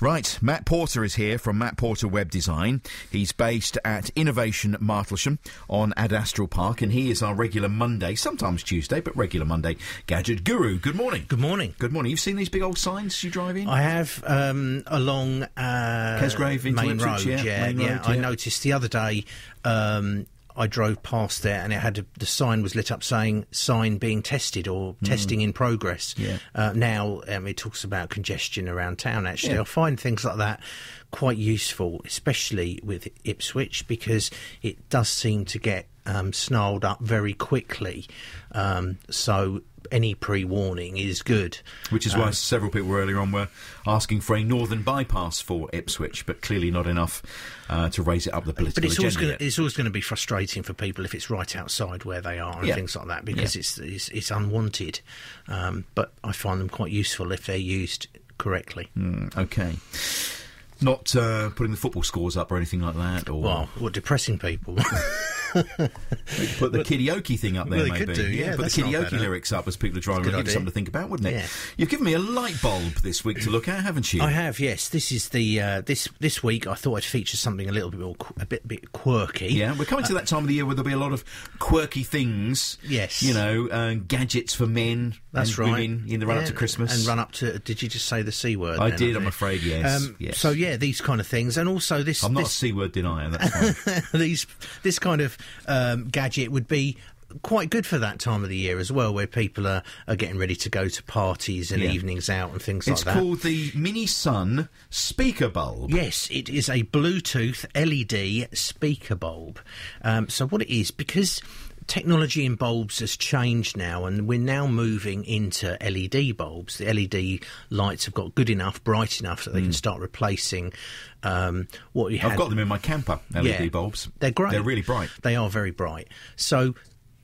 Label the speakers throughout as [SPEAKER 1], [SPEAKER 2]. [SPEAKER 1] Right, Matt Porter is here from Matt Porter Web Design. He's based at Innovation Martlesham on Adastral Park, and he is our regular Monday, sometimes Tuesday, but regular Monday gadget guru. Good morning.
[SPEAKER 2] Good Uh, morning.
[SPEAKER 1] Good morning. You've seen these big old signs you drive in?
[SPEAKER 2] I have um, along uh,
[SPEAKER 1] Kesgrave into
[SPEAKER 2] Main Road.
[SPEAKER 1] Ipswich, yeah,
[SPEAKER 2] Yeah, yeah,
[SPEAKER 1] Main Road,
[SPEAKER 2] I
[SPEAKER 1] yeah.
[SPEAKER 2] noticed the other day. Um, I drove past there, and it had a, the sign was lit up saying "sign being tested" or "testing in progress."
[SPEAKER 1] Hmm. Yeah.
[SPEAKER 2] Uh, now um, it talks about congestion around town. Actually,
[SPEAKER 1] Yeah.
[SPEAKER 2] I find things like that quite useful, especially with Ipswich, because it does seem to get um, snarled up very quickly. Um, so any pre-warning is good.
[SPEAKER 1] Which is
[SPEAKER 2] uh,
[SPEAKER 1] why several people earlier on were asking for a northern bypass for Ipswich, but clearly not enough uh, to raise it up the political
[SPEAKER 2] But it's
[SPEAKER 1] agenda.
[SPEAKER 2] always going
[SPEAKER 1] yet.
[SPEAKER 2] to, it's always going to be frustrating for people if it's right outside where they are and
[SPEAKER 1] Yeah.
[SPEAKER 2] things like that because
[SPEAKER 1] Yeah.
[SPEAKER 2] it's, it's it's unwanted. Um, but I find them quite useful if they're used correctly.
[SPEAKER 1] Mm, okay. Not uh, putting the football scores up or anything like that, or
[SPEAKER 2] Well, what depressing people.
[SPEAKER 1] put the karaoke thing up there.
[SPEAKER 2] Well, they
[SPEAKER 1] maybe
[SPEAKER 2] could do, yeah,
[SPEAKER 1] put the
[SPEAKER 2] that's not
[SPEAKER 1] karaoke
[SPEAKER 2] bad,
[SPEAKER 1] lyrics up as people are driving.
[SPEAKER 2] It's a
[SPEAKER 1] Give
[SPEAKER 2] good
[SPEAKER 1] you something
[SPEAKER 2] idea.
[SPEAKER 1] to think about, wouldn't it?
[SPEAKER 2] Yeah.
[SPEAKER 1] You've given me a light bulb this week to look at, haven't you?
[SPEAKER 2] I have, yes. This is the uh, this this week. I thought I'd feature something a little bit more qu- a bit bit quirky.
[SPEAKER 1] Yeah, we're coming to that time of the year where there'll be a lot of quirky things.
[SPEAKER 2] Yes.
[SPEAKER 1] you know, uh, gadgets for men.
[SPEAKER 2] That's
[SPEAKER 1] and
[SPEAKER 2] right.
[SPEAKER 1] Women in the run up
[SPEAKER 2] Yeah,
[SPEAKER 1] to Christmas
[SPEAKER 2] And run up to. Did you just say the C word?
[SPEAKER 1] I
[SPEAKER 2] then,
[SPEAKER 1] did, I'm
[SPEAKER 2] think?
[SPEAKER 1] afraid, yes, yes.
[SPEAKER 2] So, yeah, these kind of things. And also this.
[SPEAKER 1] I'm not a
[SPEAKER 2] this-
[SPEAKER 1] c word denier. That's fine.
[SPEAKER 2] these this kind of um, gadget would be quite good for that time of the year as well, where people are, are getting ready to go to parties and
[SPEAKER 1] Yeah.
[SPEAKER 2] evenings out and things
[SPEAKER 1] it's
[SPEAKER 2] like that.
[SPEAKER 1] called the Mini Sun Speaker Bulb.
[SPEAKER 2] Yes, it is a Bluetooth LED speaker bulb. Um, so, what it is, because technology in bulbs has changed now, and we're now moving into LED bulbs, the LED lights have got good enough, bright enough that they can start replacing um, what you have.
[SPEAKER 1] Mm. I've got them in my camper. LED
[SPEAKER 2] Yeah.
[SPEAKER 1] E bulbs.
[SPEAKER 2] They're great.
[SPEAKER 1] They're really bright.
[SPEAKER 2] They are very bright. So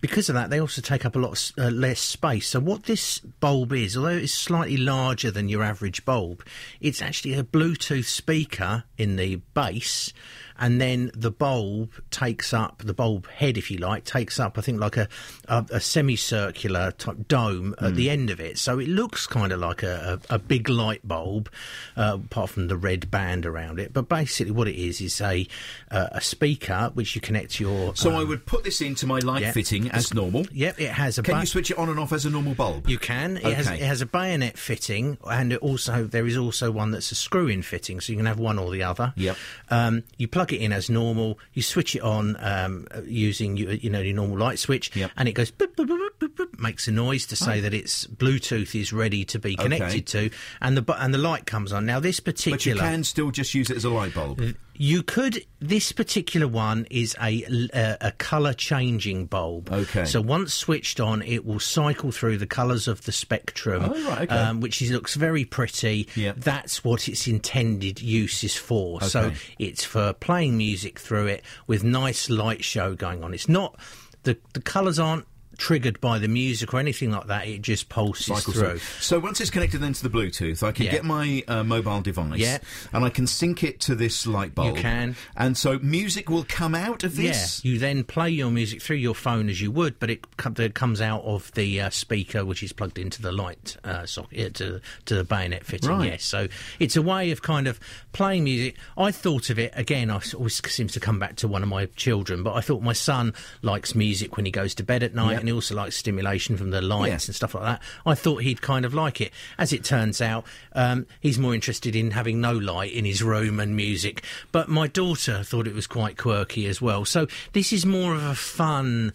[SPEAKER 2] because of that, they also take up a lot of, s- uh, less space. So what this bulb is, although it's slightly larger than your average bulb, it's actually a Bluetooth speaker in the base, and then the bulb takes up the bulb head, if you like, takes up I think like a a, a semicircular type dome at
[SPEAKER 1] Hmm.
[SPEAKER 2] the end of it. So it looks kind of like a, a, a big light bulb, uh, apart from the red band around it. But basically, what it is is a uh, a speaker which you connect to your.
[SPEAKER 1] So
[SPEAKER 2] um,
[SPEAKER 1] I would put this into my light
[SPEAKER 2] yeah.
[SPEAKER 1] fitting as normal.
[SPEAKER 2] Yep, it has a.
[SPEAKER 1] Can
[SPEAKER 2] bu-
[SPEAKER 1] you switch it on and off as a normal bulb?
[SPEAKER 2] You can. It, has,
[SPEAKER 1] Okay.
[SPEAKER 2] it has a bayonet fitting, and it also there is also one that's a screw-in fitting, so you can have one or the other.
[SPEAKER 1] Yep.
[SPEAKER 2] Um, you plug it in as normal. You switch it on um, uh, using you, you know your normal light switch,
[SPEAKER 1] Yep. Oh.
[SPEAKER 2] and it goes boop, boop, boop, boop, boop, makes a noise to say that it's Bluetooth is ready to be connected to, and the bu- and the light comes on. Now this particular
[SPEAKER 1] but you can still just use it as a light bulb.
[SPEAKER 2] Mm, you could. This particular one is a uh, a color changing bulb.
[SPEAKER 1] Okay.
[SPEAKER 2] So once switched on, it will cycle through the colors of the spectrum,
[SPEAKER 1] Oh, right, okay.
[SPEAKER 2] um, which is, looks very pretty.
[SPEAKER 1] Yeah.
[SPEAKER 2] That's what its intended use is for. So
[SPEAKER 1] Okay.
[SPEAKER 2] it's for playing music through it with nice light show going on. It's not the the colors aren't triggered by the music or anything like that. It just pulses
[SPEAKER 1] Cycle
[SPEAKER 2] through.
[SPEAKER 1] through. So once it's connected then to the Bluetooth, I can
[SPEAKER 2] Yeah.
[SPEAKER 1] get my uh, mobile device
[SPEAKER 2] Yeah.
[SPEAKER 1] and I can sync it to this light bulb.
[SPEAKER 2] can.
[SPEAKER 1] And so music will come out of this.
[SPEAKER 2] Yeah, you then play your music through your phone as you would, but it, com- it comes out of the uh, speaker, which is plugged into the light uh, socket uh, to to the bayonet fitting.
[SPEAKER 1] Right.
[SPEAKER 2] Yes, so it's a way of kind of playing music. I thought of it again. I s- always seems to come back to one of my children, but I thought my son likes music when he goes to bed at night,
[SPEAKER 1] Yep.
[SPEAKER 2] and he also likes stimulation from the lights
[SPEAKER 1] Yeah.
[SPEAKER 2] and stuff like that. I thought he'd kind of like it. As it turns out, um, he's more interested in having no light in his room and music. But my daughter thought it was quite quirky as well. So this is more of a fun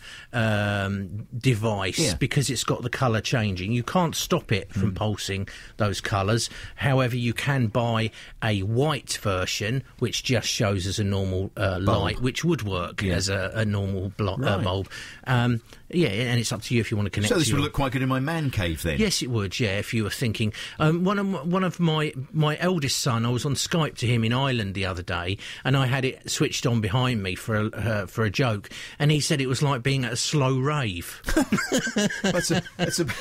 [SPEAKER 2] um, device
[SPEAKER 1] Yeah. Hmm.
[SPEAKER 2] because it's got the colour changing. You can't stop it from pulsing those colours. However, you can buy a white version which just shows as a normal uh, light, which would work as a, a normal blo- uh,
[SPEAKER 1] Right.
[SPEAKER 2] bulb. Um, yeah, and it's up to you if you want to connect.
[SPEAKER 1] So
[SPEAKER 2] to
[SPEAKER 1] this
[SPEAKER 2] your-
[SPEAKER 1] would look quite good in my man cave then.
[SPEAKER 2] Yes, it would. Yeah, if you were thinking, um, one of my, one of my my eldest son, I was on Skype to him in Ireland the other day, and I had it switched on behind me for a uh, for a joke, and he said it was like being at a slow rave.
[SPEAKER 1] That's a, that's a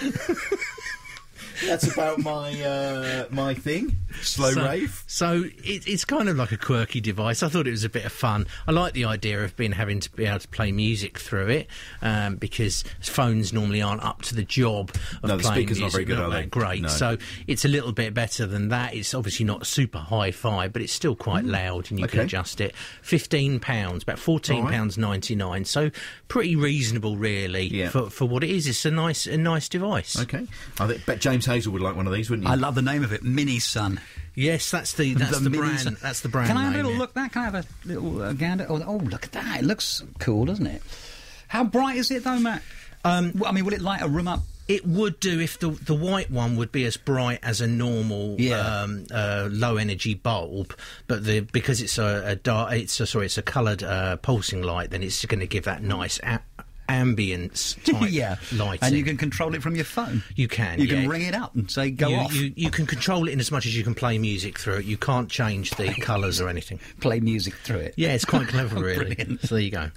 [SPEAKER 1] That's about my uh, my thing. Slow
[SPEAKER 2] so,
[SPEAKER 1] rave.
[SPEAKER 2] So it, it's kind of like a quirky device. I thought it was a bit of fun. I like the idea of being having to be able to play music through it um, because phones normally aren't up to the job of
[SPEAKER 1] No, the
[SPEAKER 2] playing
[SPEAKER 1] speaker's not
[SPEAKER 2] music.
[SPEAKER 1] very good,
[SPEAKER 2] Not
[SPEAKER 1] are
[SPEAKER 2] that
[SPEAKER 1] they?
[SPEAKER 2] great.
[SPEAKER 1] No.
[SPEAKER 2] So it's a little bit better than that. It's obviously not super hi-fi, but it's still quite loud, and you can
[SPEAKER 1] Mm. okay.
[SPEAKER 2] adjust it. Fifteen pounds, about fourteen pounds ninety nine. So pretty reasonable, really,
[SPEAKER 1] Yeah.
[SPEAKER 2] for for what it is. It's a nice a nice device.
[SPEAKER 1] Okay. I think, bet James Hazel would like one of these, wouldn't you?
[SPEAKER 3] I love the name of it, Mini Sun.
[SPEAKER 2] Yes, that's the that's the,
[SPEAKER 3] Mini
[SPEAKER 2] brand.
[SPEAKER 3] Sun.
[SPEAKER 2] That's the brand.
[SPEAKER 3] Can I have a
[SPEAKER 2] name,
[SPEAKER 3] little
[SPEAKER 2] yeah.
[SPEAKER 3] look? That can I have a little uh, gander? Oh, oh, look at that! It looks cool, doesn't it? How bright is it though, Matt? Um, I mean, will it light a room up?
[SPEAKER 2] It would do if the the white one would be as bright as a normal
[SPEAKER 3] Yeah.
[SPEAKER 2] um, uh, low energy bulb, but the because it's a, a dark, it's a, sorry, it's a coloured uh, pulsing light, then it's going to give that nice a- ambience type
[SPEAKER 3] yeah,
[SPEAKER 2] lighting.
[SPEAKER 3] And you can control it from your phone.
[SPEAKER 2] You can,
[SPEAKER 3] You
[SPEAKER 2] yeah.
[SPEAKER 3] can ring it up and say go
[SPEAKER 2] you,
[SPEAKER 3] off.
[SPEAKER 2] You, you can control it in as much as you can play music through it. You can't change the colours or anything.
[SPEAKER 3] play music through it.
[SPEAKER 2] Yeah, it's quite clever, really.
[SPEAKER 3] Brilliant.
[SPEAKER 2] So there you go.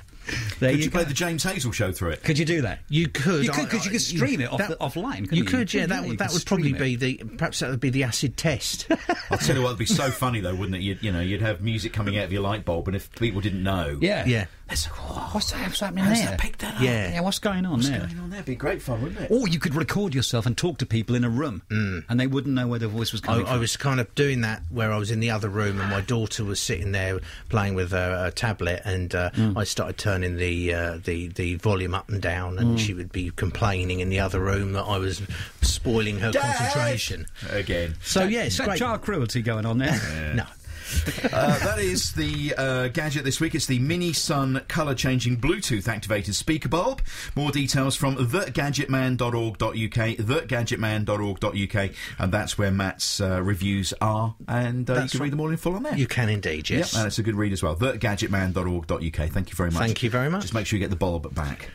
[SPEAKER 3] there
[SPEAKER 1] could
[SPEAKER 3] you,
[SPEAKER 1] you,
[SPEAKER 3] go.
[SPEAKER 1] play the James Hazel show through it?
[SPEAKER 3] Could you do that?
[SPEAKER 2] You could,
[SPEAKER 3] You could,
[SPEAKER 2] I-
[SPEAKER 3] 'cause you
[SPEAKER 2] I-
[SPEAKER 3] could stream it off the- offline, couldn't
[SPEAKER 2] You
[SPEAKER 3] you?
[SPEAKER 2] could, yeah.
[SPEAKER 3] Yeah,
[SPEAKER 2] That
[SPEAKER 3] you
[SPEAKER 2] would
[SPEAKER 3] could
[SPEAKER 2] that would
[SPEAKER 3] stream
[SPEAKER 2] probably be the perhaps that would be the acid test.
[SPEAKER 1] I'll tell you what, it'd be so funny though, wouldn't it? You'd, you know, you'd have music coming out of your light bulb, and if people didn't know,
[SPEAKER 3] Yeah.
[SPEAKER 2] yeah.
[SPEAKER 1] that's oh,
[SPEAKER 3] What's that? What's happening
[SPEAKER 1] how's
[SPEAKER 3] there?
[SPEAKER 1] that picked that up?
[SPEAKER 2] Yeah.
[SPEAKER 3] Yeah. What's going on there?
[SPEAKER 1] Going on there, be great fun, wouldn't it?
[SPEAKER 3] Or you could record yourself and talk to people in a room, and they wouldn't know where their voice was
[SPEAKER 2] Mm. I,
[SPEAKER 3] coming
[SPEAKER 2] I
[SPEAKER 3] from.
[SPEAKER 2] was kind of doing that where I was in the other room and my daughter was sitting there playing with a, a tablet and uh, I started turning the, uh, the the volume up and down and she would be complaining in the other room that I was spoiling her
[SPEAKER 1] Dad!
[SPEAKER 2] concentration.
[SPEAKER 1] Again.
[SPEAKER 2] So yeah, it's
[SPEAKER 3] Is that
[SPEAKER 2] great.
[SPEAKER 3] child cruelty going on there?
[SPEAKER 2] No.
[SPEAKER 1] Uh, that is the uh, gadget this week. It's the Mini Sun colour changing Bluetooth activated speaker bulb. More details from thegadgetman.org.uk, thegadgetman.org.uk, and that's where Matt's uh, reviews are. And uh, you
[SPEAKER 2] That's
[SPEAKER 1] can
[SPEAKER 2] right.
[SPEAKER 1] read them all in full on there.
[SPEAKER 2] You can indeed,
[SPEAKER 1] Yep,
[SPEAKER 2] yes.
[SPEAKER 1] and it's a good read as well. Thegadgetman.org.uk. Thank you very much.
[SPEAKER 2] Thank you very much.
[SPEAKER 1] Just make sure you get the bulb back.